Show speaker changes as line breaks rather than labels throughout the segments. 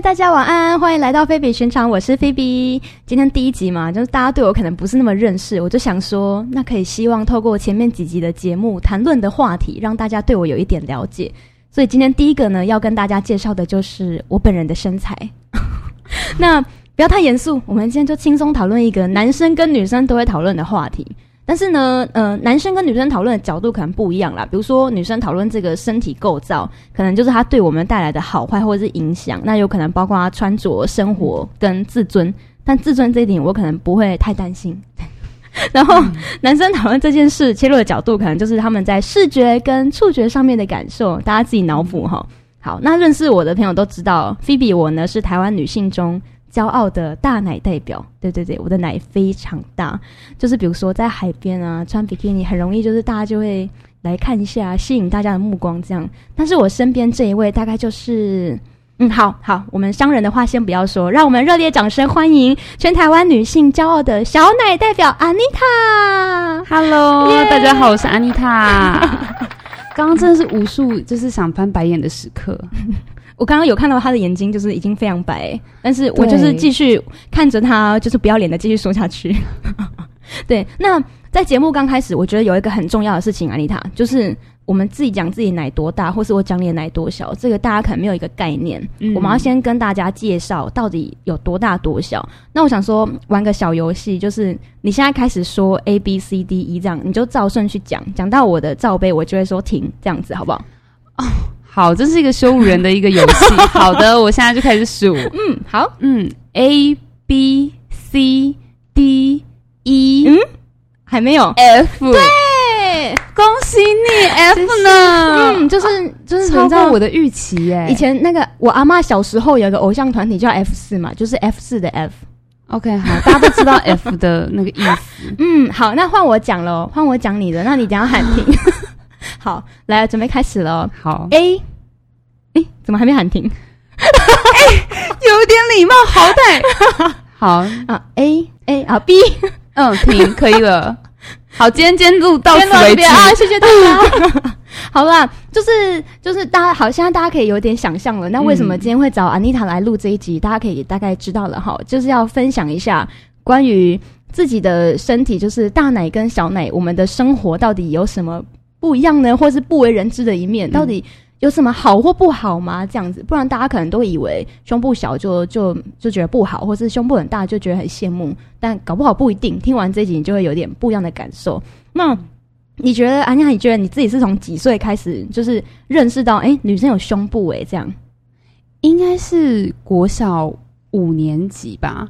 大家晚安，欢迎来到菲比寻常，我是菲比。今天第一集嘛，就是大家对我可能不是那么认识，我就想说，那可以希望透过前面几集的节目谈论的话题，让大家对我有一点了解。所以今天第一个呢，要跟大家介绍的就是我本人的身材。 那不要太严肃，我们今天就轻松讨论一个男生跟女生都会讨论的话题。但是呢，呃，男生跟女生讨论的角度可能不一样啦。比如说，女生讨论这个身体构造，可能就是它对我们带来的好坏或者是影响，那有可能包括她穿着、生活跟自尊。但自尊这一点，我可能不会太担心。 然后，男生讨论这件事切入的角度，可能就是他们在视觉跟触觉上面的感受，大家自己脑补哈。好，那认识我的朋友都知道，菲比我呢是台湾女性中骄傲的大奶代表。对对对，我的奶非常大，就是比如说在海边啊，穿比基尼很容易，就是大家就会来看一下，吸引大家的目光这样。但是我身边这一位大概就是。嗯，好好，我们商人的话先不要说，让我们热烈掌声欢迎全台湾女性骄傲的小奶代表安妮塔。
Hello，
耶
大家好，我是安妮 塔。刚刚真的是无数就是想翻白眼的时刻，
我刚刚有看到她的眼睛，就是已经非常白，但是我
对
就是继续看着她，就是不要脸的继续说下去。 对，那在节目刚开始，我觉得有一个很重要的事情，安妮塔，就是我们自己讲自己奶多大，或是我讲你的奶多小，这个大家可能没有一个概念。
嗯
我们要先跟大家介绍到底有多大多小。那我想说，玩个小游戏，就是你现在开始说 A B C D E 这样，你就照顺序讲，讲到我的罩杯，我就会说停，这样子好不好？
好，这是一个羞辱人的一个游 戏。好的，我现在就开始数，
嗯，好，
嗯，A B C D E
还没有。
F，对，
对，
哎恭喜你 F 呢，
嗯，就是就是
啊超
你知道
过欸我的预期耶
以。前那个我阿妈小时候有一个偶像团体叫 F 四嘛，就是 F 四的 F。
OK，好，大家都知道 F 的那个意思。
嗯，好，那换我讲喽，换我讲你的，那你等一下喊 停。好，来，准备开始喽。
好，
A，哎、怎么还没喊停
有点礼貌，好歹 好，
啊？A A 啊 B，
嗯，停，可以 了。好，今天今天录 到
先
此
到
为
这
止
边啊，谢谢大家。 好啦，就是就是大家好，现在大家可以有点想象了。那为什么
嗯
今天会找安妮塔来录这一集？大家可以大概知道了哈，就是要分享一下关于自己的身体，就是大奶跟小奶，我们的生活到底有什么不一样呢？或是不为人知的一面，
嗯
到底有什么好或不好吗？这样子，不然大家可能都以为胸部小就就就觉得不好，或是胸部很大就觉得很羡慕，但搞不好不一定。听完这一集，你就会有点不一样的感受。那你觉得，安妮塔，你觉得你自己是从几岁开始，就是认识到，哎、女生有胸部、诶哎，这样，
应该是国小五年级吧，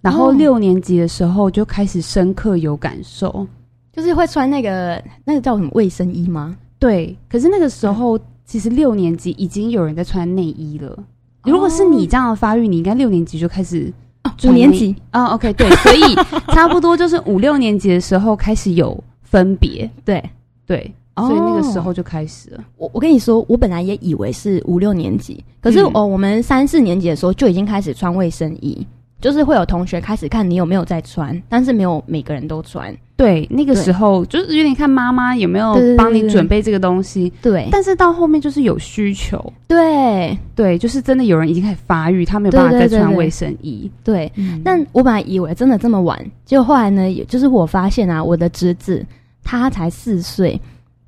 然后
哦
六年级的时候就开始深刻有感受。
就是会穿那个那个叫什么卫生衣吗？
对，可是那个时候其实六年级已经有人在穿内衣了。如果是你这样的发育，你应该六年级就开始
哦，五
穿内
年级，
啊、o k 对，所 以差不多就是五六年级的时候开始有分别，
对，
对，所以那个时
哦
候就开始了。
我我跟你说，我本来也以为是五六年级，可是、
嗯
哦，我们三四年级的时候就已经开始穿卫生衣，就是会有同学开始看你有没有在穿，但是没有每个人都穿。
对，那个
对
时候就是有点看妈妈有没有
对对对
帮
对
你
对
准备这个东西，
对
但是到后面就是有需求，
对
对，就是真的有人已经开始发育，他没有办法
对
再
对对
穿
对
卫生衣。
对，
嗯
但我本来以为真的这么晚，结果后来呢，也就是我发现啊，我的侄子他才四岁，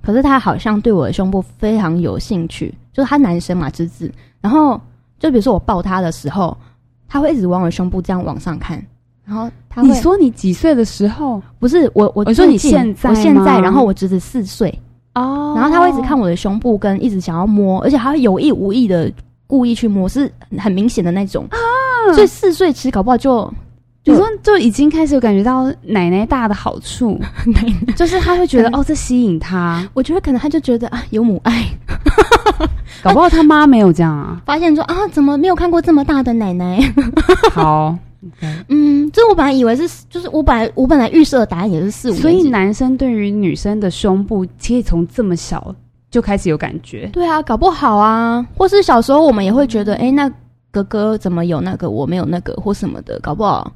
可是他好像对我的胸部非常有兴趣，就是他男生嘛，侄子。然后就比如说我抱他的时候，他会一直往我的胸部这样往上看，然后他会
你说你几岁的时候
不是我，我
哦你说
最
你
近
现在
我现
吗
在，然后我侄子四岁，
哦
然后他会一直看我的胸部，跟一直想要摸，而且还会有意无意的故意去摸，是很明显的那种啊所以四岁其实搞不好 就
你说就已经开始有感觉到奶奶大的好处， 就是他会觉得
嗯
哦，这吸 引他，
我觉得可能他就觉得啊有母爱，。
搞不好他妈没有这样啊
发现说啊怎么没有看过这么大的奶 奶？
好，
嗯，这我本来以为是，就是我本来我本来预设的答案也是四五年级，
所以男生对于女生的胸部，可以从这么小就开始有感觉。
对啊，搞不好啊，或是小时候我们也会觉
嗯
得，哎、那哥哥怎么有那个我没有那个或什么的，搞不好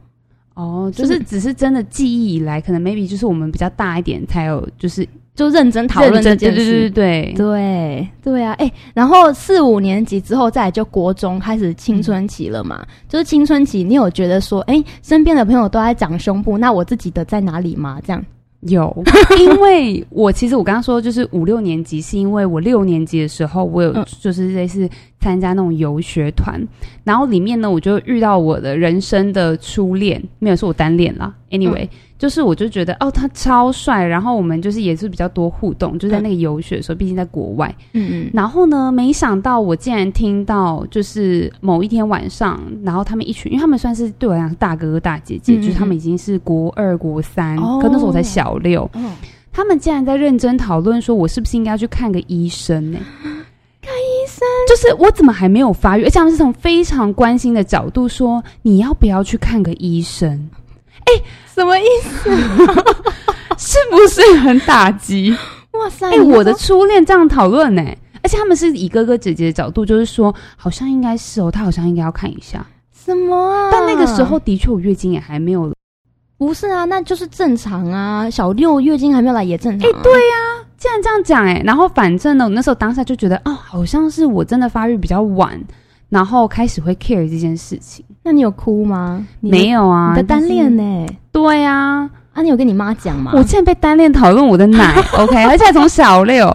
哦，
就
就是是只是真的记忆以来，可能 maybe 就是我们比较大一点才有，就是
就认真讨论这
认真对
件
对
事
对对。对，
对对啊，哎、然后四五年级之后，再来就国中开始青春期了嘛。就是青春期，你有觉得说，哎、身边的朋友都在长胸部，那我自己的在哪里吗？这样，
有， 因为我其实我刚刚说就是五六年级，是因为我六年级的时候，我有
嗯
就是类似参加那种游学团，然后里面呢，我就遇到我的人生的初恋，没有是我单恋啦。Anyway，、就是我就觉得哦，他超帅，然后我们就是也是比较多互动，就在那个游学的时候，毕竟在国外。
嗯
然后呢，没想到我竟然听到，就是某一天晚上，然后他们一群，因为他们算是对我来讲是大哥哥大姐姐，
嗯嗯
就是他们已经是国二、国三，
哦
可那时候我才小六，
嗯，哦，
他们竟然在认真讨论说，我是不是应该去看个医 生呢、看医
生，
就是我怎么还没有发育？而且他们是从非常关心的角度说，你要不要去看个医生？
什么意思？
是不是很打击？
哇塞！
哎、
嗯你
我的
说
初恋这样讨论呢，而且他们是以哥哥姐姐的角度，就是说好像应该是哦，他好像应该要看一下。
什么啊？
但那个时候的确我月经也还没有来，
不是啊，那就是正常啊。小六月经还没有来也正常、啊。哎、对呀、
竟然这样讲哎，然后反正呢，我那时候当下就觉得哦，好像是我真的发育比较晚，然后开始会 care 这件事情。
那你有哭吗？你的
没有啊，
你的单恋
就是
呢、
对啊，
啊，你有跟你妈讲吗？
我竟然被单恋讨论我的奶，OK，而且还从小六，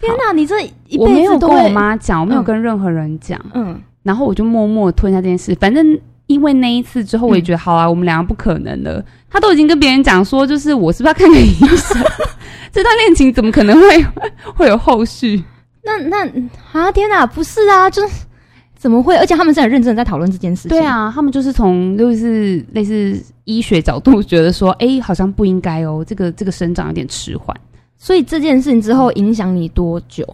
天哪，你这 一
我没
辈
有
子都
跟
会
我妈讲，我没有
嗯
跟任何人讲。
嗯，
然后我就默默吞下这件事。反正因为那一次之后，我也觉得、好啊，我们两个不可能了。他都已经跟别人讲说，就是我是不是要看个医生？ 这段恋情怎么可能会 会有后续？
那那啊，天哪，不是啊，就是怎么会？而且他们是很认真的在讨论这件事情。
对，啊，他们就是从就是类似医学角度觉得说，哎，好像不应该哦，这个这个生长有点迟缓。
所以这件事情之后影响你多久？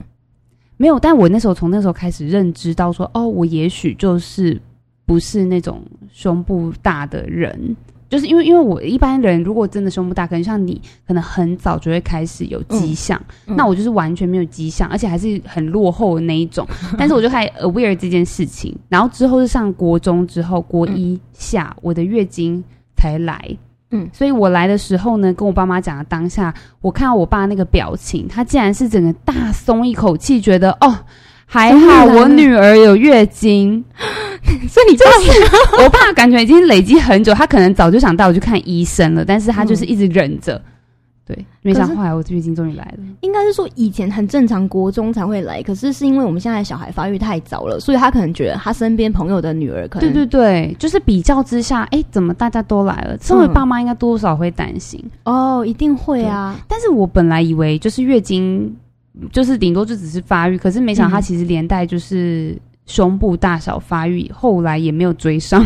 没有，但我那时候从那时候开始认知到说，哦，我也许就是不是那种胸部大的人，就是因为因为我一般人如果真的胸部大，可能像你，可能很早就会开始有迹象，
嗯嗯
那我就是完全没有迹象，而且还是很落后的那一种。但是我就开始 aware 这件事情，然后之后是上国中之后，国一下、我的月经才来。
嗯
所以我来的时候呢，跟我爸妈讲的当下，我看到我爸那个表情，他竟然是整个大松一口气，觉得哦，还
终于来
好
了
我女儿有月经。
所以你就是
我爸感觉已经累积很久，他可能早就想带我去看医生了，但是他就是一直忍着。对，没想
可
到
是
后来我月经终于来了。
应该是说以前很正常，国中才会来，可是是因为我们现在的小孩发育太早了，所以他可能觉得他身边朋友的女儿可能
对对对，就是比较之下，哎，怎么大家都来了？身为
嗯
爸妈，应该多少会担心。
哦，一定会啊，
但是我本来以为就是月经，就是顶多就只是发育，可是没想到它
嗯
其实连带就是胸部大小发育，后来也没有追上。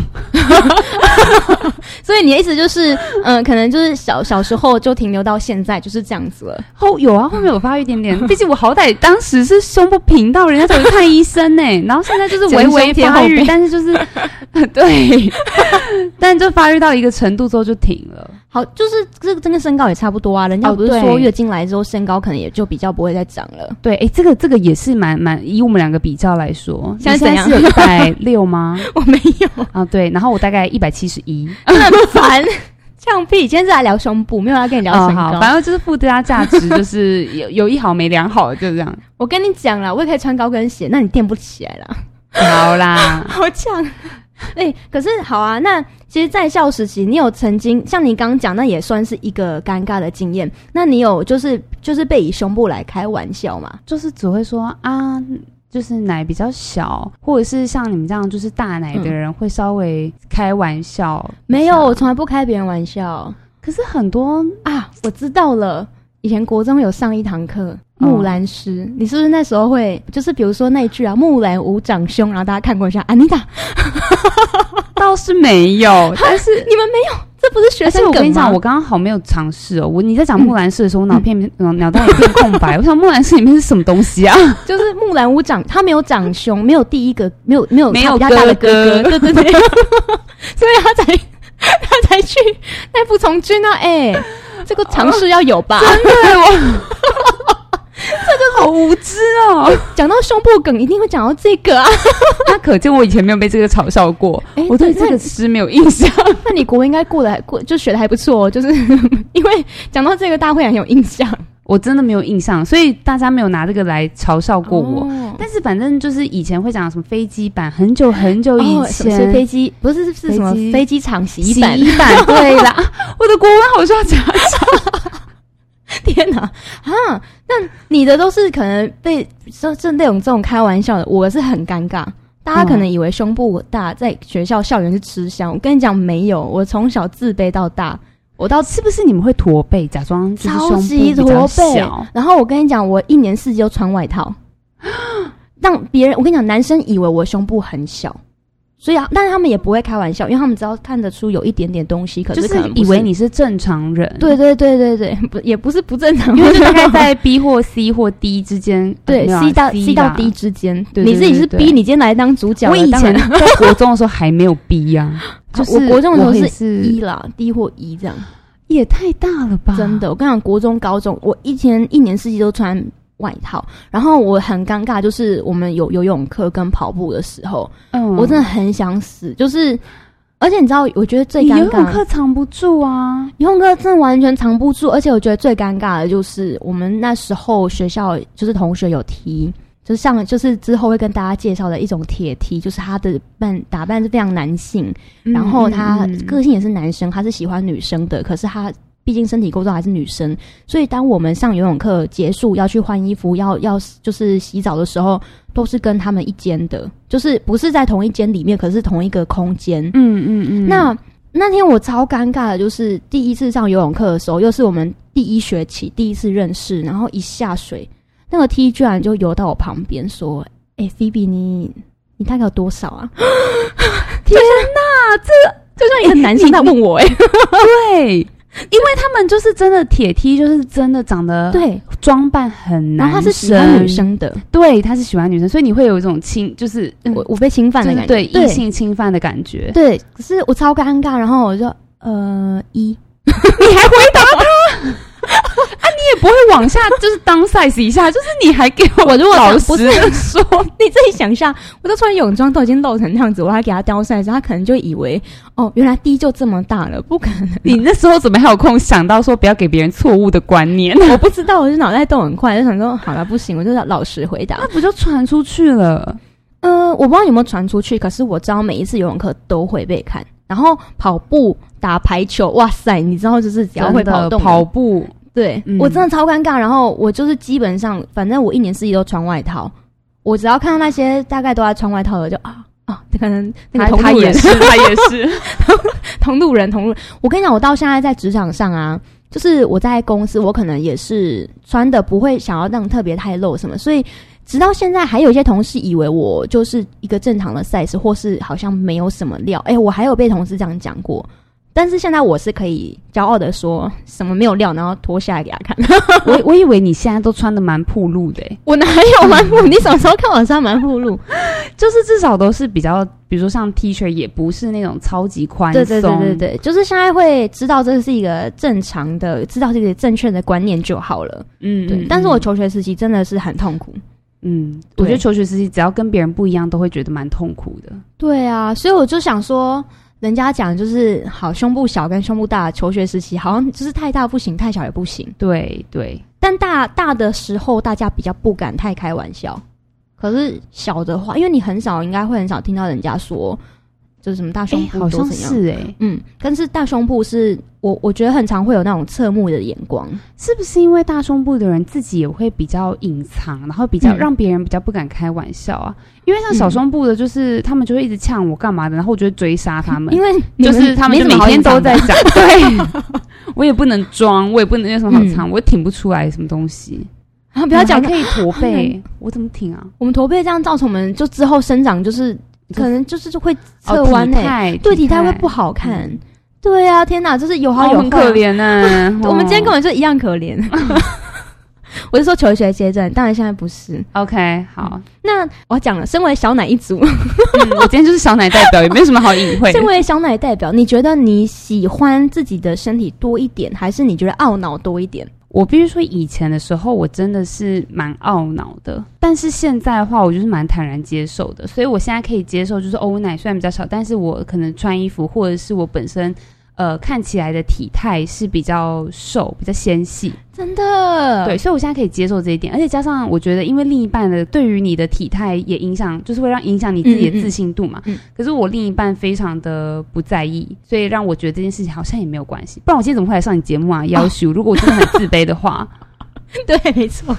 所以你的意思就是，嗯、可能就是小小时候就停留到现在就是这样子了。
后有啊，后面有发育一点点， 毕竟我好歹当时是胸部平到人家走去看医生呢、然后现在就是微微
整胸
发
贴后
育
背，
但是就是 对， 但就发育到一个程度之后就停了。
好，就是这个这个身高也差不多啊，人家
哦
不是说
对
月经来之后身高可能也就比较不会再长了。
对，哎，这个这个也是蛮蛮，以我们两个比较来说，
现在怎
你
样
是有一百六 吗？
我没有，
啊，对，然后我大概一百七十一。
很烦，哦呛屁！今天是来聊胸部，没有要跟你聊身高。
嗯好，反正就是附加价值， 就是有有一好没两好，就这样。
我跟你讲啦，我也可以穿高跟鞋，那你垫不起来啦，
好啦，
好呛。 哎、可是好啊，那其实，在校时期，你有曾经像你刚刚讲，那也算是一个尴尬的经验。那你有就是就是被以胸部来开玩笑嘛？
就是只会说啊，就是奶比较小，或者是像你们这样就是大奶的人会稍微开玩笑。
没有，我从来不开别人玩笑
可是很多
啊！我知道了，以前国中有上一堂课《木兰诗》你是不是那时候会就是比如说那一句啊“木兰无长兄”，然后大家看过去，安妮达，
倒是没有， 但是。
你们没有，这不是学
而且
生
我跟
梗
你
吗？
讲，我刚刚好没有尝试哦。我你在讲木兰诗的时候，我脑片嗯脑袋一片空白。我想木兰诗里面是什么东西啊？
就是木兰屋长，他没有长兄，没有第一个，没有没有
没有
他比较大的哥
哥哥
对 对对，所以他才他才去那服从军啊，哎、这个尝试要有 吧？
对 我，这个好无知 哦。
讲到胸部梗，一定会讲到这个啊。
那可见我以前没有被这个嘲笑过，
哎
我对
对
这个诗没有印象。
那那 你国文应该过得还过，就学的还不错、哦，就是因为讲到这个，大家会很有印象。
我真的没有印象，所以大家没有拿这个来嘲笑过我。
哦
但是反正就是以前会讲什么飞机版，很久很久以
哦什么
前，
是飞机不是是什么
飞机
飞机场洗
洗
衣板？
衣板，对啦，我的国文好像 讲
天哪啊！那你的都是可能被这这那种这种开玩笑的，我是很尴尬。大家可能以为胸部大在学校校园是吃香，我跟你讲没有，我从小自卑到大，我到
是不是你们会驼背，假装就是胸
超
部
级
比较
驼背
小。
然后我跟你讲，我一年四季都穿外 套，让别人我跟你讲，男生以为我胸部很小，所以啊，但是他们也不会开玩笑，因为他们只要看得出有一点点东西，可
就是
可能不
以为你是正常人，
对对对对对，不也不是不正常，
因为就大概 在 B 或 C 或 D 之间，
对
呃没有啊
C 到
C
C 到
啦
D 之间，
对
你自己是
对对
B，
对
你今天来当主角了，
我以
当然啊
前在国中的时候还没有 B 呀、就是
我国中的时候
我也
是啊
是
一啦，D 或一这样，
也太大了吧？
真的，我跟你讲，国中、高中，我一天一年四季都穿外套，然后我很尴尬，就是我们有游泳课跟跑步的时候，
嗯
我真的很想死，就是，而且你知道，我觉得最
你
尴
游泳
尬。
课藏不住啊，
游泳课真的完全藏不住，而且我觉得最尴尬的就是我们那时候学校就是同学有踢，就是像就是之后会跟大家介绍的一种铁踢，就是他的扮打扮是非常男性，然后他
嗯嗯嗯
个性也是男生，他是喜欢女生的，可是他。毕竟身体构造还是女生，所以当我们上游泳课结束要去换衣服，要要就是洗澡的时候，都是跟他们一间的，就是不是在同一间里面，可是同一个空间。
嗯嗯嗯，
那那天我超尴尬的，就是第一次上游泳课的时候，又是我们第一学期第一次认识，然后一下水，那个 T 居然就游到我旁边说：“哎、菲比，你你大概有多少啊？”天哪，这就像一个男生在问我哎、
对，因为他们就是真的铁梯，就是真的长得
对，
装扮很
然
男
后他是喜欢女，生的，
对，他是喜欢女生，所以你会有一种侵，就是嗯
我我被侵犯
就
的
是
感觉，
对异性侵犯的感觉。
对，可是我超尴尬，然后我就呃一，
你还回答他？啊， 你也不会往下，就是当 size 一下，就是你还给我，我如
果
老
不
实
是
的说，
你自己想一下，我都穿泳装都已经露成那样子，我还给他雕晒，他可能就以为哦，原来 D 就这么大了，不可
你那时候怎么还有空想到说不要给别人错误的观 念？
能，我不知道，我就脑袋动很快，就想说好了，不行，我就要老实回答
那。不就传出去了？
呃，我不知道有没有传出去，可是我知道每一次游泳课都会被看，然后跑步、打排球，哇塞，你知道就是只要会
真
跑
的
动的，
跑步，
对、
嗯
我真的超尴尬。然后我就是基本上，反正我一年四季都穿外套，我只要看到那些大概都在穿外套的，就啊啊，可能那
他
个同
他
路 人
也是，他也是，
同路人，同路人。我跟你讲，我到现在在职场上啊，就是我在公司，我可能也是穿的不会想要让特别太露什么，所以直到现在还有一些同事以为我就是一个正常的 size，或是好像没有什么料。哎、我还有被同事这样讲过。但是现在我是可以骄傲的说什么没有料，然后脱下来给他看。
我我以为你现在都穿的蛮暴露的、欸，
我哪有蛮露？你什么时候看我穿蛮露露？
就是至少都是比较，比如说像 T 恤，也不是那种超级宽
对对
松，
对对对，就是现在会知道这是一个正常的，知道这个正确的观念就好了。
嗯，嗯
对，
嗯
但是我求学时期真的是很痛苦。
嗯，
对
我觉得求学时期只要跟别人不一样，都会觉得蛮痛苦的。
对啊，所以我就想说，人家讲就是好胸部小跟胸部大，求学时期好像就是太大不行，太小也不行。
对对，
但大大的时候，大家比较不敢太开玩笑。可是小的话，因为你很少，应该会很少听到人家说，就是什么大胸
哎、
部
好
多
像
怎样。
是哎、
嗯，但是大胸部是我我觉得很常会有那种侧目的眼光。
是不是因为大胸部的人自己也会比较隐藏，然后比较、
嗯
让别人比较不敢开玩笑啊？因为像小胸部的，就是、他们就会一直呛我干嘛的，然后我就会追杀他们
因，为你
就是他们
没
就
什
每
么好
天
隐
都
藏的
在讲，对。 我也不能装，我也不能有什么好
嗯
藏，我也挺不出来什么东西。
啊， 不
不
要讲
可以驼背
难，
我怎么挺啊？
我们驼背这样造成我们就之后生长就是
你说
可能就是就会侧
哦，
弯
体
诶、
态
对体态会不好看。
嗯
对啊，天哪，就是有好
好
有
很可
坏。。
怜啊哦呢
我们今天根本就一样可 怜。我是说求学阶段，当然现在不是。
OK 好，
那我讲了，身为小奶一族，
嗯我今天就是小奶代表，也没有什么 好隐晦的
身。为小奶代表，你觉得你喜欢自己的身体多一点，还是你觉得懊恼多一点？
我必须说，以前的时候我真的是蛮懊恼的，但是现在的话，我就是蛮坦然接受 oh, 的，所以我现在可以接受，就是哦，我奶虽然比较小，但是我可能穿衣服或者是我本身。呃看起来的体态是比较瘦、比较纤细，呃
真的，
对，所以我现在可以接受这一点，而且加上我觉得，因为另一半的对于你的体态也影响，就是会让影响你自己
嗯嗯
的
嗯
自信度嘛。
嗯
可是我另一半非常的不在意，所以让我觉得这件事情好像也没有关系。不然我今天怎么会来上你节目啊？要求、如果我真的很自卑的话，
对，没错。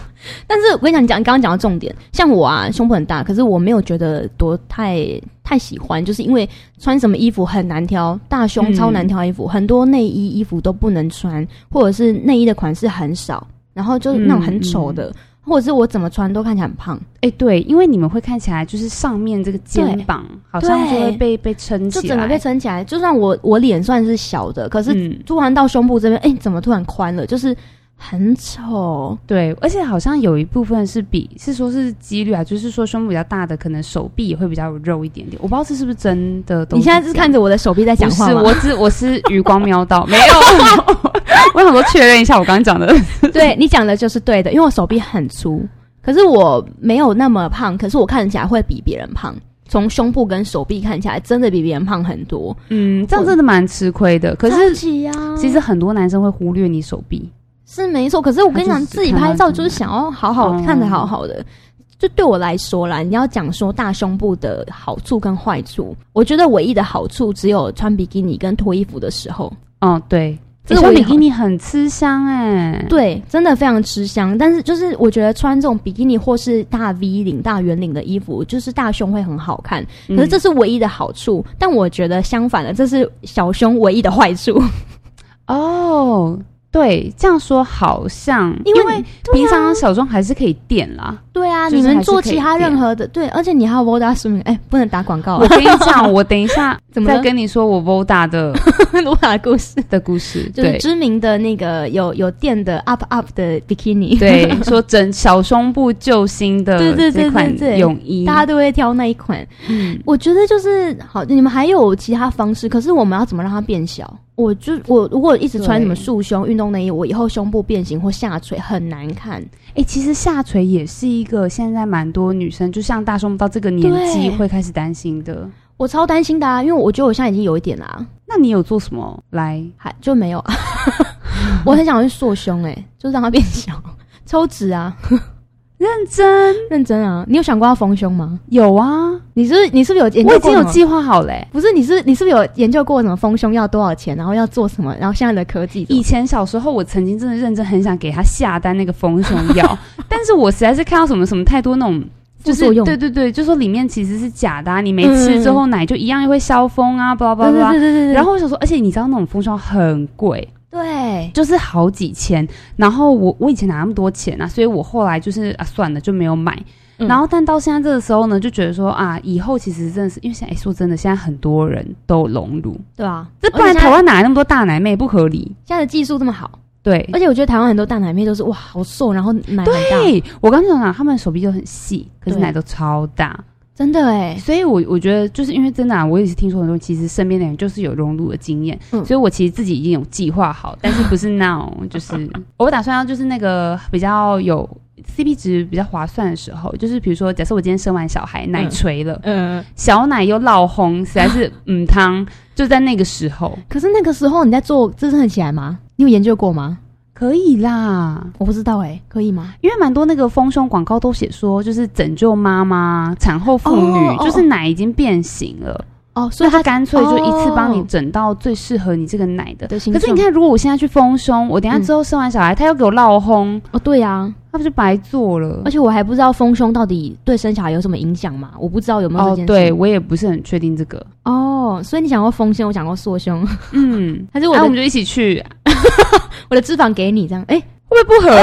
但是我跟你讲，你讲你刚刚讲到重点，像我啊，胸部很大，可是我没有觉得多太太喜欢，就是因为穿什么衣服很难挑，大胸
嗯
超难挑衣服，很多内衣衣服都不能穿，或者是内衣的款式很少，然后就是那种
嗯
很丑的，或者是我怎么穿都看起来很胖，
哎、对，因为你们会看起来就是上面这个肩膀好像就会被被撑
就
起
整个
来，
被撑起来。就算我我脸算是小的，可是
嗯，
突然到胸部这边，哎、怎么突然宽了？就是很丑。
对，而且好像有一部分是比是说是几率啊，就是说胸部比较大的，可能手臂也会比较有肉一点点。我不知道这是不是真的都
你现在
这
是
样
看着我的手臂在讲话吗？
啊不是，我只我是余光瞄到，没有。 我想说确认一下我刚刚 讲的，
对你讲的就是对的，因为我手臂很粗，可是我没有那么胖，可是我看起来会比别人胖。从胸部跟手臂看起来，真的比别人胖很多。
嗯，这样真的蛮吃亏的。可是
是啊，
其实很多男生会忽略你手臂，
是没错。可是我跟你
他
讲，
就是
自己拍照就是
看
想要好好、
嗯
看着好好的。就对我来说啦，你要讲说大胸部的好处跟坏处，我觉得唯一的好处只有穿比基尼跟脱衣服的时候，
哦，对，
这
这
是
穿
我也
比基尼很吃香哎、
对，真的非常吃香。但是就是我觉得穿这种比基尼或是大 V 领、大圆领的衣服，就是大胸会很好看。
嗯
可是这是唯一的好处，但我觉得相反的，这是小胸唯一的坏处，
哦。对，这样说好像， 因为啊平常小钟还是可以垫啦。
对啊，
就是
你
还
们
是
做
可以
其他
变
任何的对，而且你还有 Voda Swim，哎、不能打广告
我
啊，
跟你讲，我等一 下
怎么了
再跟你说我 Voda 的
罗马的故事
的故事。
就是
对
知名的那个有有店的 Up Up 的 Bikini，，
对，说整小胸部救星的
对对对
这款
对对
泳 衣，
大家都会挑那一款。
嗯
我觉得就是好，你们还有其他方式，可是我们要怎么让它变小？我就我如果一直穿
对
什么束胸运动内衣，我以后胸部变形或下垂很难看。
哎、其实下垂也是一个现在蛮多女生，就像大胸到这个年纪
对
会开始担心的。
我超担心的啊，因为我觉得我现在已经有一点啦、
那你有做什么来？
还就没有 啊。我很想去塑胸、欸，就让它变小， 抽脂啊，
认真
认真啊。你有想过要丰胸吗？
有啊，
你是不是你是不是有研
我
究过
已经
什
有
么？
计划好欸嘞、
不是，你是你是不是有研究过什么丰胸要多少钱，然后要做什么，然后现在的科技怎么
以前小时候，我曾经真的认真很想给他下单那个丰胸 药，但是我实在是看到什么什么太多那种。就
副
是
作用嗯
对对对，就说里面其实是假的、啊，你没吃之后奶就一样会消风啊，巴拉巴
对对
拉巴拉。
对对对，
然后我想说，而且你知道那种丰胸药很贵，
对
就是好几千。然后我我以前哪那么多钱啊，所以我后来就是啊算了就没有买。
嗯
然后但到现在这个时候呢，就觉得说啊，以后其实真的是因为现在、诶说真的，现在很多人都有隆乳，
对啊，
这不然
而且现在
台湾哪来那么多大奶妹？不合理。
现在的技术这么好，
对。
而且我觉得台湾很多大奶妹都是哇好瘦，然后奶很大，
对，哎我刚刚讲，他们手臂就很细，可是
对
奶都超大，
真的哎、
所以我我觉得就是因为真的、啊，我也是听说很多人其实身边的人就是有隆乳的经验，
嗯
所以我其实自己已经有计划好，但是不是 now，就是 我打算要就是那个比较有 CP 值比较划算的时候，就是比如说假设我今天生完小孩奶垂了，
嗯，
小奶又落红，实在是嗯汤，就在那个时候
可是那个时候你在做支撑得起来吗？你有研究过吗？
可以啦。
我不知道哎、可以吗？
因为蛮多那个丰胸广告都写说，就是拯救妈妈、产后妇女，
哦哦
就是奶已经变形了，
哦，所
所
以
以
它
它干脆就一次帮你
哦
整到最适合你这个奶的。
的形
可是你
状
看，如果我现在去丰胸，我等一下之后生完小孩，他又给我落烘，
哦，对啊，
那不就白做了
而？且我还不知道丰胸到底对生小孩有什么影响嘛，我不知道有没有
哦
这件，事。
对我也不是很确定这个。
哦，所以你想过丰胸，我想过缩胸，
嗯，
还是我
那
的、
我们就一起去，
我的脂肪给你这样？哎、
会不会不合？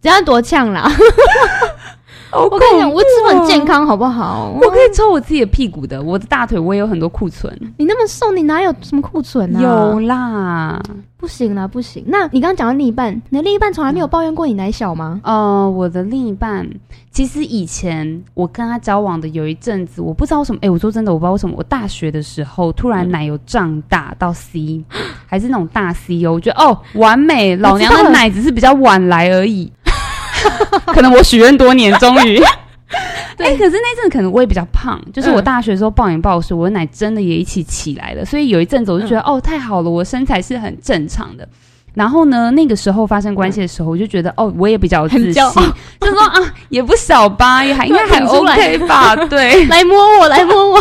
这样多呛啦！我
我
跟你讲，我脂肪健，康好不好？
啊我可以抽我自己的屁股的，我的大腿我也有很多库存，
你那么瘦，你哪有什么库存啊？
有啦。
不行啦，不行。那你刚刚讲到另一半，你的另一半从来没有抱怨过你奶小吗？
呃，我的另一半，其实以前我跟他交往的有一阵子，我不知道为什么，哎、我说真的，我不知道为什么，我大学的时候突然奶油胀大到 C，还是那种大 C 哦，我觉得哦，完美，老娘
我知道
的
了
奶只是比较晚来而已，可能我许愿多年，终于。哎、可是那阵可能我也比较胖，就是我大学的时候暴饮暴食，我的奶真的也一起起来了，所以有一阵子我就觉得、哦太好了，我身材是很正常的。然后呢，那个时候发生关系的时候，我就觉得哦，我也比较有自
很
信，
骄傲
就说啊也不小吧，也还应该还
挺出来
OK 吧， 对。
来摸我，来摸我。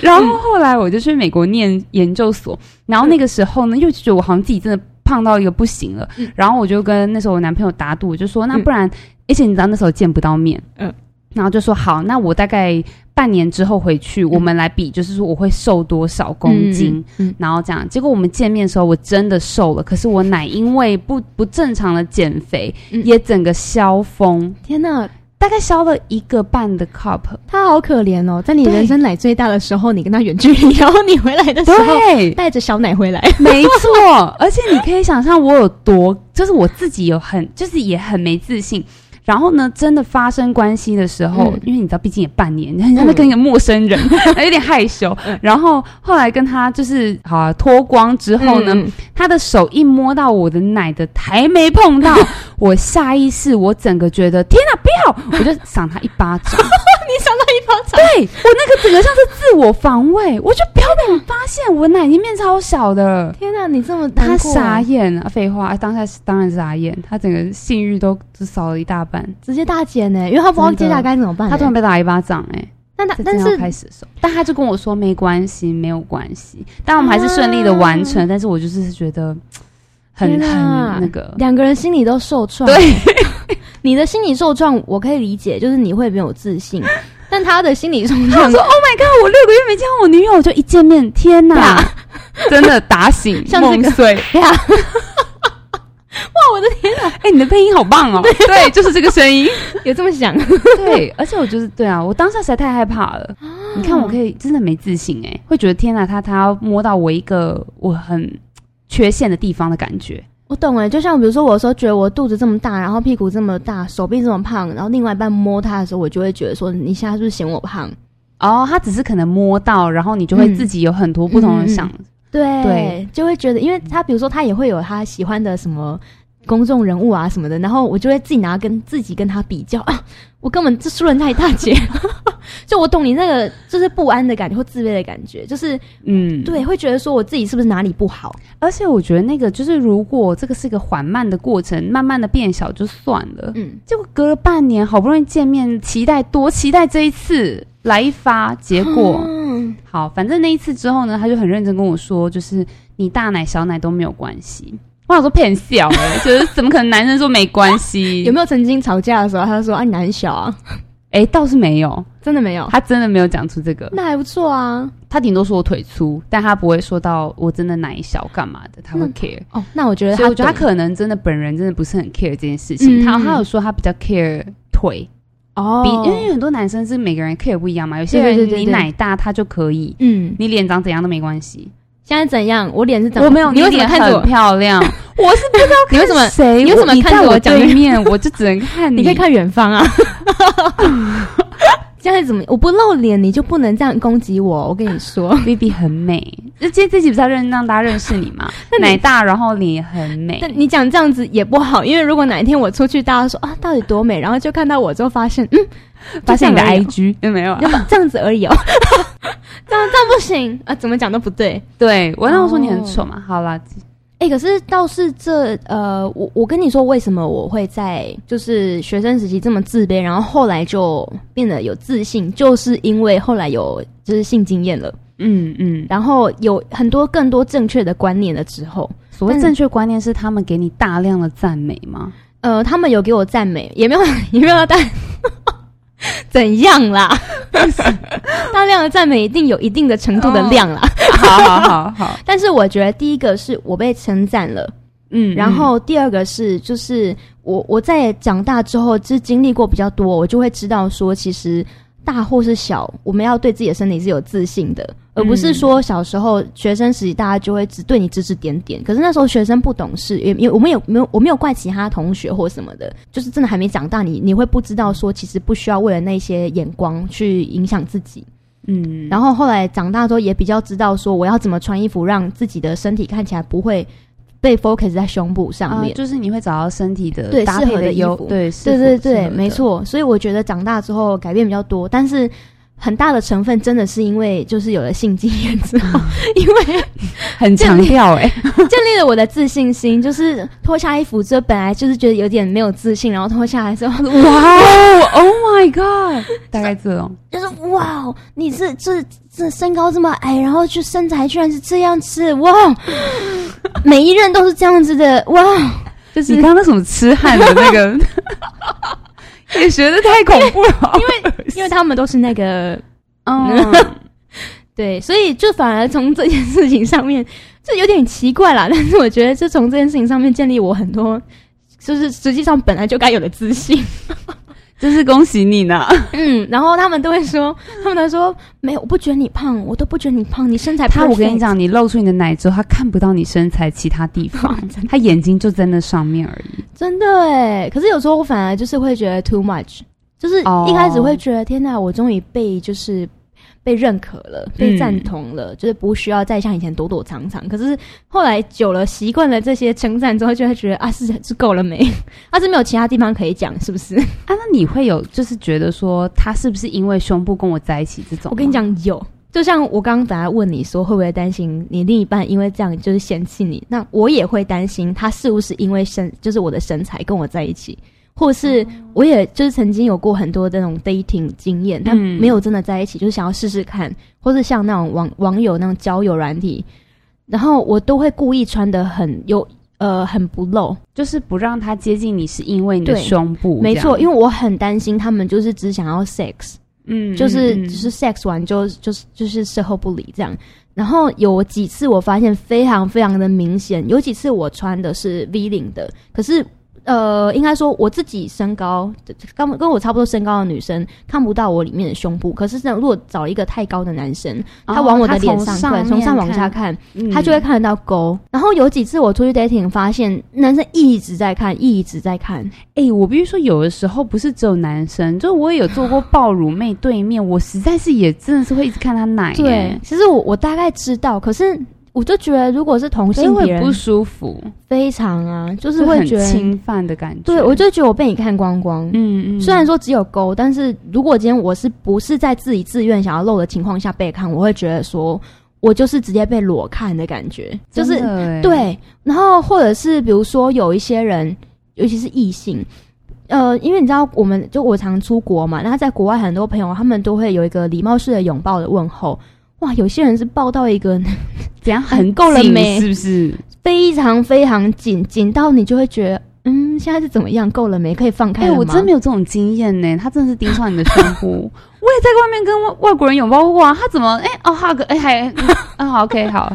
然后后来我就去美国念研究所，然后那个时候呢，又觉得我好像自己真的胖到一个不行了。然后我就跟那时候我男朋友打赌，我就说那不然，而且你知道那时候见不到面，
嗯
嗯，然后就说好，那我大概半年之后回去，我们来比，就是说我会瘦多少公斤。
嗯，嗯
然后这样，结果我们见面的时候，我真的瘦了，可是我奶因为不不正常的减肥，
嗯
也整个消风，
天哪，
大概消了一个半的 cup。
他好可怜哦，在你
对
人生奶最大的时候，你跟他远距离，然后你回来的时候
对，
带着小奶回来，
没 错，而且你可以想象我有多，就是我自己有很，就是也很没自信。然后呢，真的发生关系的时候，
嗯
因为你知道，毕竟也半年，你像在跟一个陌生 人，有点害羞。然后后来跟他就是啊脱光之后呢，
嗯
他的手一摸到我的奶的，还没碰 到，我下意识我整个觉得天哪，不要！我就赏他一巴掌。
你想到一包茶，
对我那个整个像是自我防卫，我就不要被你发现，我奶已经变超小的。
天哪，你这么
他
难过
傻眼啊！废话，当下当然傻眼，他整个性欲都只少了一大半。
直接大减欸呢，因为他不知道
真的
接下来该怎么办欸。
他突然被打一巴掌、欸，
但
哎
他，但
在正
是
要开始的时候，但他就跟我说没关系，没有关系。但我们还是顺利的完成，但是我就是觉得很
天
很
啊
那个，
两个人心里都受创。
对，
你的心理受创我可以理解，就是你会没有自 信，但他的心理受
他
创
说：“Oh my god！我六个月没见到我女友，我就一见面，天哪，真的打醒
像这个
梦碎。
呀，哇，我的天哪，
哎、你的配音好棒哦！ 对，就是这个声音。
有这么 想？
对，而且我就是对啊，我当下实在太害怕了。
啊
你看，我可以真的没自信哎、会觉得天哪，他他要摸到我一个我很缺陷的地方的感觉。
我懂哎，就像比如说，我有时候觉得我肚子这么大，然后屁股这么大，手臂这么胖，然后另外一半摸他的时候，我就会觉得说，你现在是不是嫌我胖？
哦，他只是可能摸到，然后你就会
嗯
自己有很多不同的想，
对，
对
就会觉得，因为他比如说他也会有他喜欢的什么公众人物啊什么的，然后我就会自己拿跟自己跟他比较， 啊、我根本就输人家一大截。 就我懂你那个就是不安的感觉或自卑的感觉，就是
嗯，
对，会觉得说我自己是不是哪里不好？
而且我觉得那个就是，如果这个是一个缓慢的过程，慢慢的变小就算了。
嗯，
结果隔了半年，好不容易见面，期待多期待这一次来一发，结果、
嗯
好，反正那一次之后呢，他就很认真跟我说，就是你大奶小奶都没有关系。我想说骗笑哎、就是怎么可能男生说没关系？
有没有曾经吵架的时候，他就说啊你奶很小啊，
哎、倒是没有，
真的没 有，
他真的没有讲出这个，
那还不错啊。
他顶多说我腿粗，但他不会说到我真的奶小干嘛的，他会
嗯
care。
哦，那我觉得
所以
他
我觉得他
懂
可能真的本人真的不是很 care 这件事情，
嗯
他他有说他比较 care 腿，
哦，
比因为很多男生是每个人 care 不一样嘛，有些
对
人
对对对
你
对
奶大他就可以，
嗯，
你脸长怎样都没关系。
现在怎样？我脸是怎么？
我没有，
你为什么
脸
看着
很
我？
漂亮，我是不知道
你为什么
看谁，
你为什么
我你
看着
在
我
我
讲这
对
个
面， 我就只能看
你可以看远方 啊。现在怎么？我不露脸，你就不能这样攻击我。我跟你 说，
Vivi 很美。那今天这集不是要认让大家认识你吗
那？你
奶大，然后脸也很美。
但你讲这样子也不好，因为如果哪一天我出去，大家说啊，到底多美，然后就看到我之后发现，嗯，
发现你的
就这样而已
IG 有没有啊？
就这样子而已哦， 这样这样不行啊，怎么讲都不对。
对我那我说你
哦
很丑嘛？好啦，
哎、可是倒是这呃，我我跟你说，为什么我会在就是学生时期这么自卑，然后后来就变得有自信，就是因为后来有就是性经验了，
嗯嗯，
然后有很多更多正确的观念了之后，
所谓
但
正确观念是他们给你大量的赞美吗？
呃，他们有给我赞美，也没有 也没有大怎样啦， 大量的赞美一定有一定的程度的量啦，
好好好好，
但是我觉得第一个是我被称赞了。
嗯
然后第二个是，就是我我在长大之后，就是经历过比较多，我就会知道说，其实大或是小，我们要对自己的身体是有自信的，而不是
嗯
说小时候学生时期大家就会只对你指指点点。可是那时候学生不懂事，也也我们也没有我没有怪其他同学或什么的，就是真的还没长大，你你会不知道说，其实不需要为了那些眼光去影响自己。
嗯，
然后后来长大之后也比较知道说我要怎么穿衣服，让自己的身体看起来不会被 focus 在胸部上
啊
面。
就是你会找到身体的
对
搭
适
配
合的衣
优
服
对
对对
对
对，没。错。所以我觉得长大之后改变比较多，但是很大的成分真的是因为就是有了性经验之 后，因为
很强调哎、
建立了我的自信心。就是脱下衣服之后，本来就是觉得有点没有自信，然后脱下来之后，
哇哦，Oh my god，大 概这种，
就是哇哦，你这这这身高这么矮，然后就身材居然是这样子，哇哦！每一任都是这样子的，哇哦！就是
你刚刚什么痴汉的那个， 也学的太恐怖了， 因为
因为他们都是那个
嗯，
对，所以就反而从这件事情上面，这有点奇怪啦。但是我觉得，就从这件事情上面建立我很多，就是实际上本来就该有的自信。
真是恭喜你呢。
嗯，然后他们都会说，他们都说没有，我不觉得你胖，我都不觉得你胖，你身材
他，我跟
perfect
你，讲，你露出你的奶之后，他看不到你身材其他地 方，他眼睛就在那上面而已。
真的哎。可是有时候我反而就是会觉得 too much，就是
哦
一开始会觉得、天哪，我终于被就是。被认可了，被赞同了，就是不需要再像以前躲躲藏藏。可是后来久了，习惯了这些称赞之后，就会觉得啊，是是够了没？啊，是没有其他地方可以讲，是不是？
啊，那你会有就是觉得说他是不是因为胸部跟我在一起这种？
我跟你，讲，有。就像我刚刚本来问你说，会不会担心你另一半因为这样就是嫌弃你？那我也会担心他是不是因为身就是我的身材跟我在一起，或
哦
是我也就是曾经有过很多这种 dating 经验，但
嗯
没有真的在一起，就是想要试试看，或是像那种网网友那种交友软体，然后我都会故意穿的很有呃很不露，
就是不让他接近你，是因为你的
对
胸部这样？
没错，因
为
为我很担心他们就是只想要 sex，
嗯
就是
嗯嗯
就是 sex 完就就是就是事后不理这样。然后有几次我发现非常非常的明显，有几次我穿的是 V 领的，可是呃，应该说我自己身高跟跟我差不多身高的女生看不到我里面的胸部，可是呢，如果找一个太高的男生，他
哦
往我的脸上看，从上往下，看，
嗯
他就会看得到沟。然后有几次我出去 dating 发现男生一直在看，一直在看，
哎、我必须说，有的时候不是只有男生，就我也有做过爆乳妹对面，我实在是也真的是会一直看他奶、
对，，其实我我大概知道，可是我就觉得，如果是同
所以
性
会
别人
不，舒服，
非常啊，就是
就
会
很
觉得，
侵犯的感觉。
对我就觉得我被你看光光。
嗯嗯，
虽然说只有勾，但是如果今天我是不是在自己自愿想要露的情况下被看，我会觉得说我就是直接被裸看的感觉，就是
真的欸，
对，然后或者是比如说有一些人，尤其是异性，呃，因为你知道我们就我常出国嘛，那在国外很多朋友他们都会有一个礼貌式的拥抱的问候。哇，有些人是抱到一个
怎样很
够了
紧
没
是不是？
非常非常紧紧到你就会觉得，嗯，现在是怎么样？够了没？可以放开
哎、
了吗？
我真没有这种经验呢、他真的是盯上你的胸部。我也在外面跟外外国人拥抱过啊，他怎么哎、哦好个哎、还嗯好 OK 好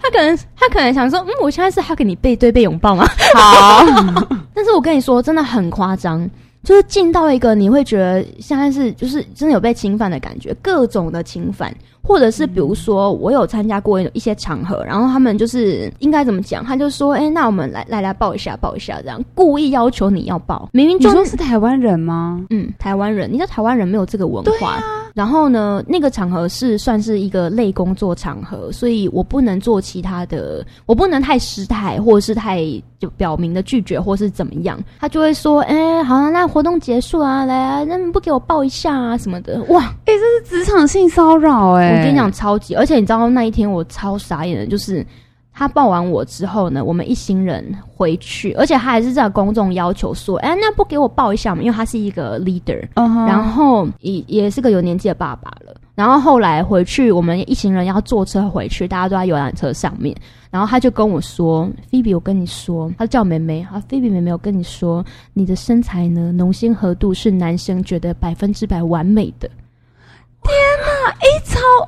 他可能他可能想说，嗯，我现在是要给你背对背拥抱吗？
好，
但是我跟你说，真的很夸张，就是进到一个你会觉得现在是就是真的有被侵犯的感觉，各种的侵犯，或者是比
嗯
如说我有参加过一些场合，然后他们就是应该怎么讲，他就说，哎、那我们来来来抱一下，抱一下，这样故意要求你要抱，明明
你
就
说是台湾人吗？
嗯，台湾人，你知道台湾人没有这个文化。然后呢，那个场合是算是一个类工作场合，所以我不能做其他的，我不能太失态，或者是太就表明的拒绝，或是怎么样。他就会说：“哎、好、啊，那活动结束啊，来啊，那你不给我抱一下啊什么的。”哇，
是职场性骚扰哎，
我跟你讲，超级，而且你知道那一天我超傻眼的，就是。他抱完我之后呢，我们一行人回去，而且他还是在公众要求说：“哎、那不给我抱一下嘛？”因为他是一个 leader，
嗯哼，
然后也也是个有年纪的爸爸了。然后后来回去，我们一行人要坐车回去，大家都在游览车上面。然后他就跟我说：“菲比，我跟你说，他叫梅梅。啊，菲比梅梅，我跟你说，你的身材呢，浓鲜合度是男生觉得百分之百完美的。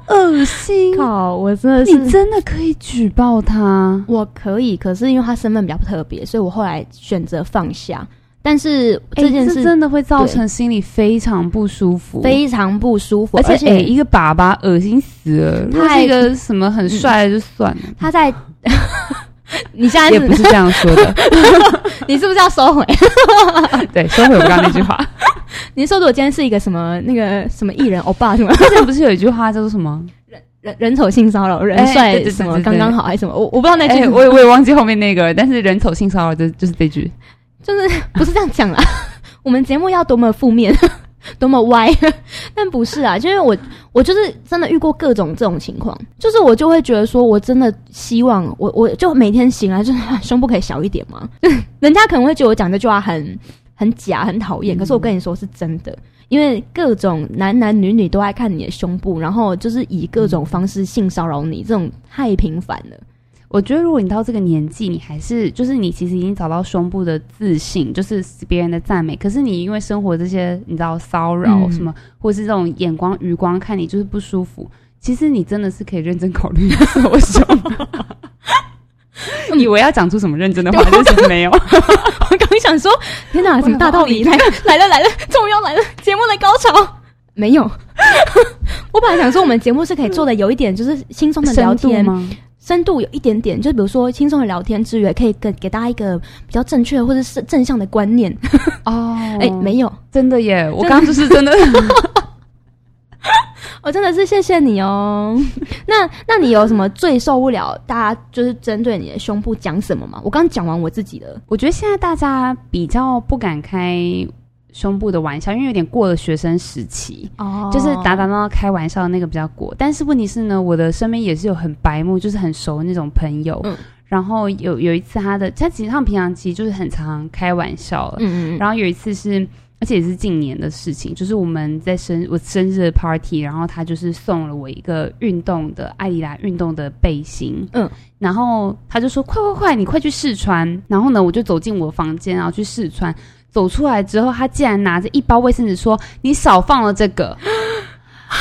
恶心，
靠，我真的
你真的可以举报他。
我可以，可是因为他身份比较特别，所以我后来选择放下。但是这
哎
件
这
事
真的会造成心里非常不舒服，
非常不舒服，
而且
而
哎、一个爸爸恶心死了。如果
太嗯
是一个什么很帅的就算了，
他在 你现在
也
是
不是这样说 的。
你是不是要收回？
对，收回我刚刚那 句话。
你说如果今天是一个什么那个什么艺人欧巴什么
之前不是有一句话叫做什么？
人人丑性骚扰，人
哎
帅
对对对
什么
对对
刚刚好还是什么？我我不知道那句
哎，
是
我也我也忘记后面那个了，但是人丑性骚扰这就是这句。
就是不是这样讲啦。 我们节目要多么负面， 多么歪， 但不是啊，就是我我就是真的遇过各种这种情况，就是我就会觉得说，我真的希望我我就每天醒来就是啊胸部可以小一点嘛， 人家可能会觉得我讲这句话很很假很讨厌，可是我跟你说是真的。因为各种男男女女都爱看你的胸部，然后就是以各种方式性骚扰你，这种太频繁了。
我觉得如果你到这个年纪，你还是就是你其实已经找到胸部的自信，就是别人的赞美。可是你因为生活这些你知道骚扰
嗯
什么，或是这种眼光余光看你就是不舒服，其实你真的是可以认真考虑缩胸。 以为要讲出什么认真的话，但是 没有。
我刚想说，天哪，什么大道理来了来了来了，终于要来了，节目的高潮没 有。我本来想说，我们节目是可以做的有一点就是轻松的聊
深度
天，
吗？
深度有一点点，就比如说轻松的聊天之余，可以给给大家一个比较正确或者是正向的观念。
哦，
哎、没有，
真的耶！我
真的
刚刚就是真的，
我哦真的是谢谢你 哦。那那你有什么最受不了大家就是针对你的胸部讲什么吗？我刚讲完我自己的，
我觉得现在大家比较不敢开胸部的玩笑，因为有点过了学生时期。
哦
就是打打闹闹开玩笑的那个比较过。但是问题是呢，我的身边也是有很白目，就是很熟的那种朋友。
嗯
然后有有一次他的，他其实他们平常其实就是很常开玩笑了。
嗯嗯嗯，
然后有一次是，而且也是近年的事情，就是我们在生我生日的 party，然后他就是送了我一个运动的艾迪达运动的背心，
嗯，
然后他就说快快快，你快去试穿。然后呢，我就走进我房间，然后去试穿。走出来之后，他竟然拿着一包卫生纸说：“你少放了这个。” 哎，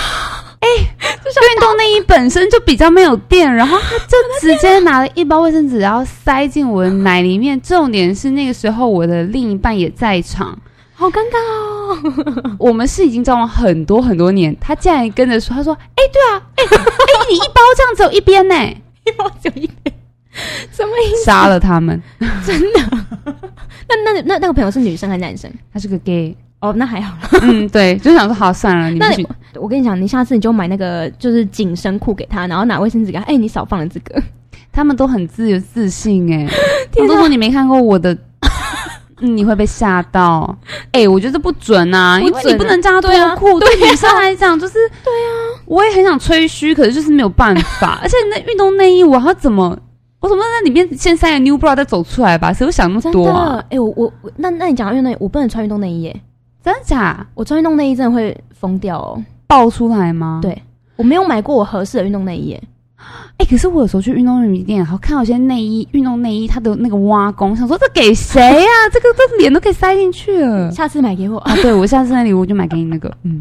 运动内衣本身就比较没有电，然后他就 直接拿了一包卫生纸，然后塞进我的奶里面。重点是那个时候我的另一半也在场，
好尴尬 哦。
我们是已经交往很多很多年，他竟然跟着说，他说：“哎、 对啊，哎、哎、你一包这样只有一边呢、
我只有一点，什么意思？
杀了他们。
那那那那个朋友是女生还是男生？”
他是个 gay，
哦，那还好啦。
嗯，对，就想说好算了，你
那
们
你
去。
我跟你讲，你下次你就买那个就是紧身裤给他，然后拿卫生纸给他。哎、你少放了这个。
他们都很自由自信 哎、他都说你没看过我 的。嗯你会被吓到，哎、我觉得不准啊，
不
因为
准啊
你不能这样脱裤，对,、女生来讲就是，对啊，我也很想吹嘘，可是就是没有办法， 而且那运动内衣我还要怎么，我怎么在里面先塞个 new bra 再走出来吧？谁会想那么
真
多
的，
啊？
哎、我我我那那你讲到运动内衣，我不能穿运动内衣耶，
真的假？
我穿运动内衣真的会疯掉哦。
爆出来吗？
对我没有买过我合适的运动内衣耶，
哎、可是我有时候去运动用品店，然后看到有些内衣，运动内衣它的那个挖工，想说这给谁 呀、这个这脸都可以塞进去了。
下次买给我。
啊，对，我下次生日礼物就买给你那个，嗯，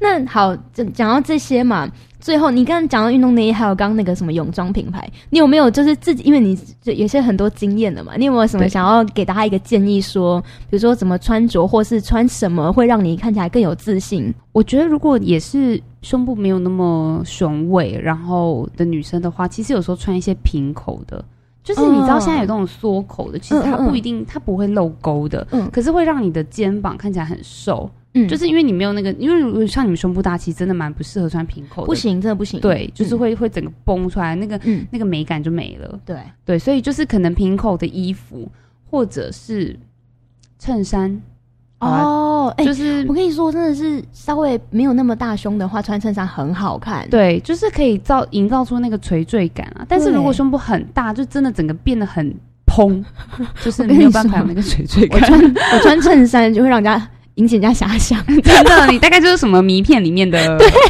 那好，讲讲到这些嘛，最后你刚刚讲到运动内衣，还有刚刚那个什么泳装品牌，你有没有就是自己，因为你就有些很多经验的嘛，你有没有什么
对
想要给大家一个建议说比如说怎么穿着，或是穿什么会让你看起来更有自信？
我觉得如果也是胸部没有那么雄伟，然后的女生的话，其实有时候穿一些平口的，就是你知道
嗯
现在有那种缩口的，其实它
嗯嗯嗯
不一定，它不会露沟的，
嗯
可是会让你的肩膀看起来很瘦，
嗯，
就是因为你没有那个，因为如果像你们胸部大，其实真的蛮不适合穿平口的，
不，行，真嗯的不行。
对，就是会、会整个崩出来，那个
嗯，
那个美感就没了。
对，
对，所以就是可能平口的衣服或者是衬衫，啊
哦，哎、
就是
我跟你说，真的是稍微没有那么大胸的话，穿衬衫很好看。，
对，就是可以造营造出那个垂坠感啊。但是如果胸部很大，就真的整个变得很蓬， 就是没有办法有那个垂坠
我
感。
穿 我穿衬衫就会让人家引起人家遐想，
真的，你大概就是什么迷片里面的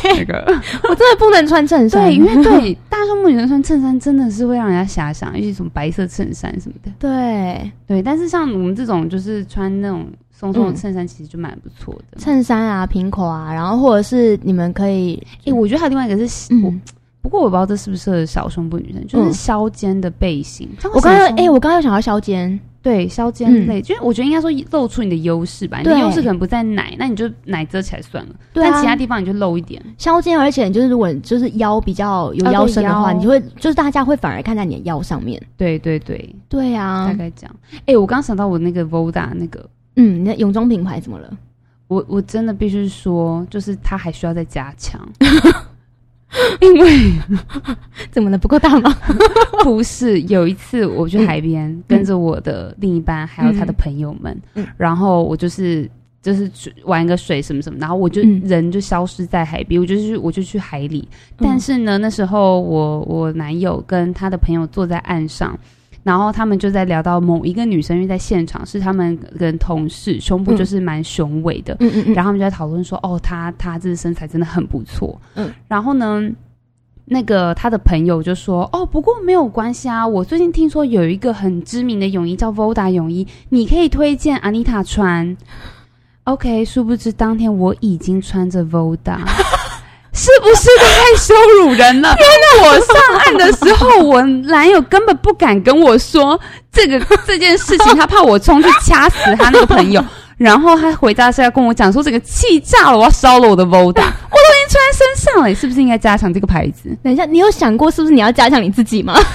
那个。
我真的不能穿衬衫。
对，因为 对大胸部女生穿衬衫真的是会让人家遐想，尤其什么白色衬衫什么的。
对
对，但是像我们这种就是穿那种松松的
嗯
衬衫，其实就蛮不错的。
衬衫啊、平口啊，然后或者是你们可以，
诶、哎我觉得还有另外一个是，我
嗯，
不过我不知道这是不是适合小胸部女生，就是
嗯
削肩的背心。像
我刚刚
小胸
哎、我刚刚有想到削肩，
对，削肩类，就是我觉得应该说露出你的优势吧。你的
对
优势可能不在奶，那你就奶遮起来算了。
对啊
但其他地方你就露一点。
削肩，而且就是如果你就是腰比较有
哦
腰
对
身的话，
腰
你就会就是大家会反而看在你的腰上面。
对对对，
对啊
大，概这样。哎、我刚想到我那个 Voda 那个，
嗯，你的泳装品牌怎么了？
我我真的必须说，就是它还需要再加强。因为
怎么了？不够大吗？
不是有一次我去海边，跟着我的另一半还有他的朋友们，
嗯
然后我就是就是去玩个水什么什么，然后我就、
嗯
人就消失在海边，我就去我就去海里，但
嗯
是呢，那时候我我男友跟他的朋友坐在岸上。然后他们就在聊到某一个女生，因为在现场是他们跟同事，胸部
嗯
就是蛮雄伟的，
嗯嗯嗯，
然后他们就在讨论说，哦，她她这身材真的很不错。
嗯
嗯，然后呢，那个她的朋友就说，哦，不过没有关系啊，我最近听说有一个很知名的泳衣叫 Voda 泳衣，你可以推荐 Anita 穿。OK，殊不知当天我已经穿 着 Voda。是不是太羞辱人了？我上岸的时候，我男友根本不敢跟我说这个这件事情，他怕我冲去掐死他那个朋友。然后他回家是要跟我讲说，整个气炸了，我要烧了我的 Voda，我都已经 穿在身上了，是不是应该加强这个牌子？
等一下，你有想过是不是你要加强你自己吗？
多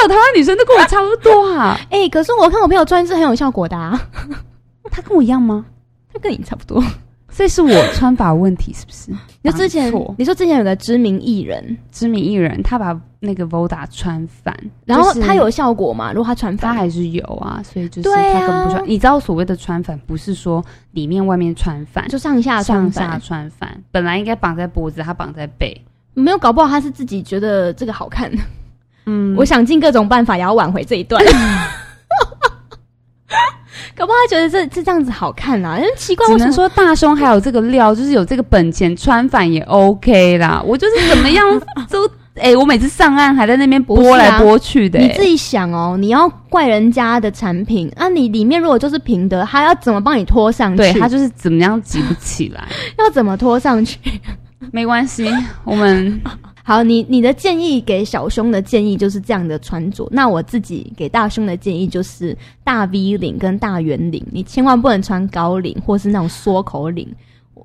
少台湾女生都跟我差不多 啊？
哎、可是我看我朋友穿是很有效果的、啊，
她跟我一样吗？
他跟你差不多。
所以是我穿法问题，是不是？
你说之前
打错，
你说之前有个知名艺人，
知名艺人他把那个 Voda 穿反，
然后
就是
他有效果嘛？如果他传
他
发，
还是有啊，所以就是
对啊
他根本不穿。你知道所谓的穿反，不是说里面外面穿反，
就上下穿
上
反
下穿反。本来应该绑在脖子，他绑在背。
没有搞不好他是自己觉得这个好看，
嗯
我想尽各种办法也要挽回这一 段。 搞不好他觉得这这这样子好看啦，人奇怪，
只
为什
能
么
说大胸还有这个料，就是有这个本钱穿反也 OK 啦。我就是怎么 样都哎、我每次上岸还在那边
不是
拨
啊
来拨去的、
你
哎
自己想哦，你要怪人家的产品，那、你里面如果就是平的，他要怎么帮你拖上去？
对他就是怎么样挤不起来，
要怎么拖上去？
没关 系，我们
好，你你的建议给小胸的建议就是这样的穿着。那我自己给大胸的建议就是大 V 领跟大圆领，你千万不能穿高领或是那种缩口领，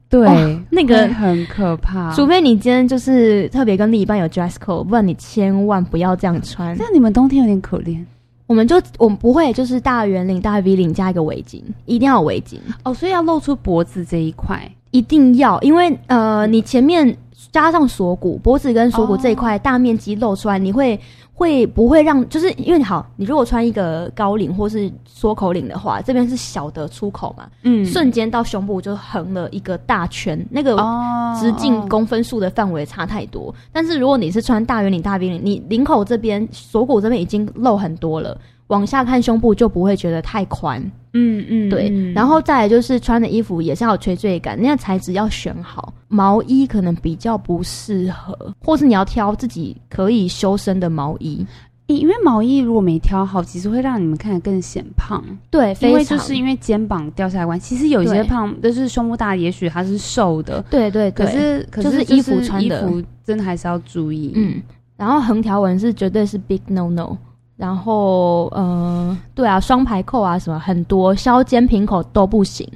对、
哦那个
会很可怕。
除非你今天就是特别跟另一半有 dress code，不然你千万不要这样穿。
那你们冬天有点可怜
我们就我们不会就是大圆领、大 V 领加一个围巾，一定要有围巾，
哦，所以要露出脖子这一块。
一定要，因为呃，你前面加上锁骨，脖子跟锁骨这一块大面积露出来，你会会不会让？就是因为你好，你如果穿一个高领或是缩口领的话，这边是小的出口嘛，
嗯
瞬间到胸部就横了一个大圈，那个
哦
直径公分数的范围差太多。但是如果你是穿大圆领、大 V 领，你领口这边、锁骨这边已经露很多了，往下看胸部就不会觉得太宽。
嗯嗯
对，
嗯
然后再来就是穿的衣服也是要有垂坠感，那个材质要选好。毛衣可能比较不适合，或是你要挑自己可以修身的毛衣。
因因为毛衣如果没挑好，其实会让你们看得更显胖，
对，
因
非
为
常
就是因为肩膀掉下来弯，其实有一
对
些胖，就是胸部大，也许它是瘦的，
对对对，
可是可
就是
是
衣服穿的
衣服真的还是要注意。
嗯，然后横条纹是绝对是 big no no。然后，呃，对啊，双排扣啊，什么很多，削肩平口都不行。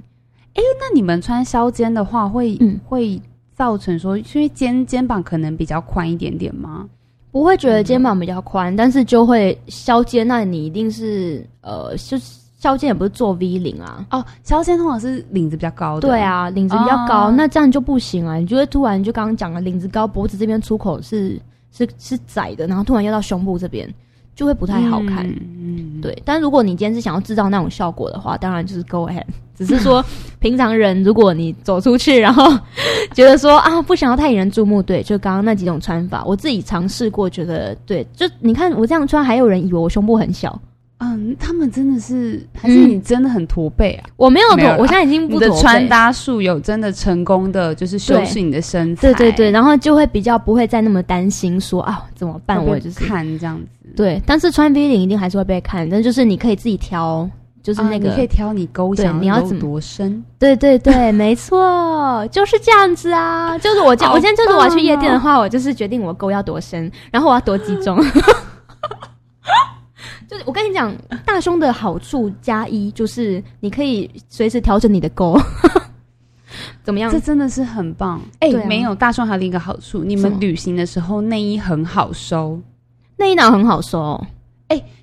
那你们穿削肩的话，会
嗯
会造成说，因为肩肩膀可能比较宽一点点吗？
不会觉得肩膀比较宽，但是就会削肩。那你一定是呃，就是削肩也不是做 V 领啊，
哦，削肩通常是领子比较高的。
对，啊，领子比较高，
哦
那这样就不行啊。你就会突然就刚刚讲了，领子高，脖子这边出口是是是窄的，然后突然要到胸部这边，就会不
不
太好看。
嗯，嗯，
对，但如果你今天是想要制造那种效果的话，当然就是 go ahead。只 是 说，平常人如果你走出去，然后 觉得说啊，不想要太引人注目，对，就刚刚那几种穿法，我自己尝试过，觉得对，就你看我这样穿，还有人以为我胸部很小，
嗯，他们真的是，还是你真的很驼背啊？
我没有
没
驼
有，啦
我现在已经
你
不
的
驼
穿
背。
搭术有真的成功的，就是修饰你的身材。
对对对，，然后就会比较不会再那么担心说啊怎么办，我就是
看这样子。
对，但是穿 V 领一定还是会被看，但就是你可以自己挑，就是
啊
那个、
你可以挑你勾
对
想
你要
有
怎么
多深？
对对 对，没错，就是这样子啊。就是我今
好
我今天就是我要去夜店的
棒哦
话，我就是决定我沟要多深，然后我要多集中。 就是我跟你讲，大胸的好处加一就是你可以随时调整你的沟， 怎么样
这？真的是很棒。哎、
对啊
没有大胸还有另一个好处，你
什
们
么
旅行的时候内衣很好收，
内衣脑很好收哦，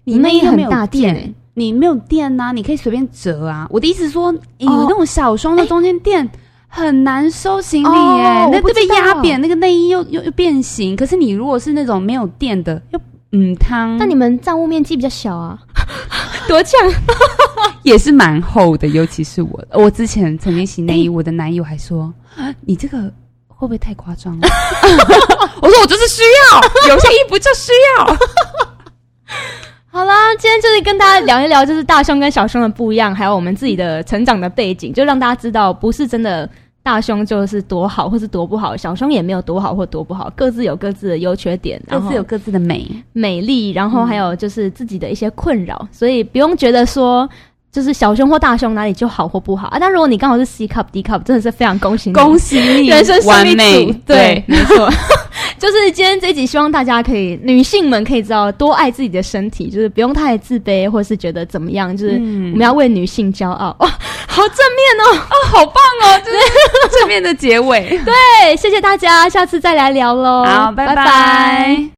你
内
内
衣
衣又
很
没有嗯
大
垫
件欸
啊你没有垫呐、你可以随便折啊。我的意思是说，你
哦
那种小胸的中间垫很难收行李
哦
耶，那
我不
就被
知道
压扁，那个内衣又又又变形。可是你如果是那种没有垫的，又嗯汤，
但你们账务面积比较小 啊，多呛！
也是蛮厚的，尤其是我，我之前曾经洗内衣，我的男友还说：“啊你这个会不会太夸张了？” 我说：“我就是需 要，有些衣服就需要。
好啦，今天就是跟大家聊一聊，就是大胸跟小胸的不一样，还有我们自己的成长的背景，就让大家知道，不是真的大胸就是多好，或是多不好，小胸也没有多好或多不好，各自有各自的优缺点，”
各
然后
自有各自的美，
美丽，然后
嗯
还有就是自己的一些困扰，所以不用觉得说。就是小胸或大胸哪里就好或不好啊？但如果你刚好是 C cup D cup，真的是非常恭喜你，
恭喜你，
人生胜
完
利
美
组，，对，没错。 就是今天这一集，希望大家可以，女性们可以知道多爱自己的身体，就是不用太自卑，或是觉得怎么样，就是我
嗯
们要为女性骄傲。 哇，好正面哦！
好棒哦！就是正面的结尾，
哎对，谢谢大家，下次再来聊喽。
好，拜拜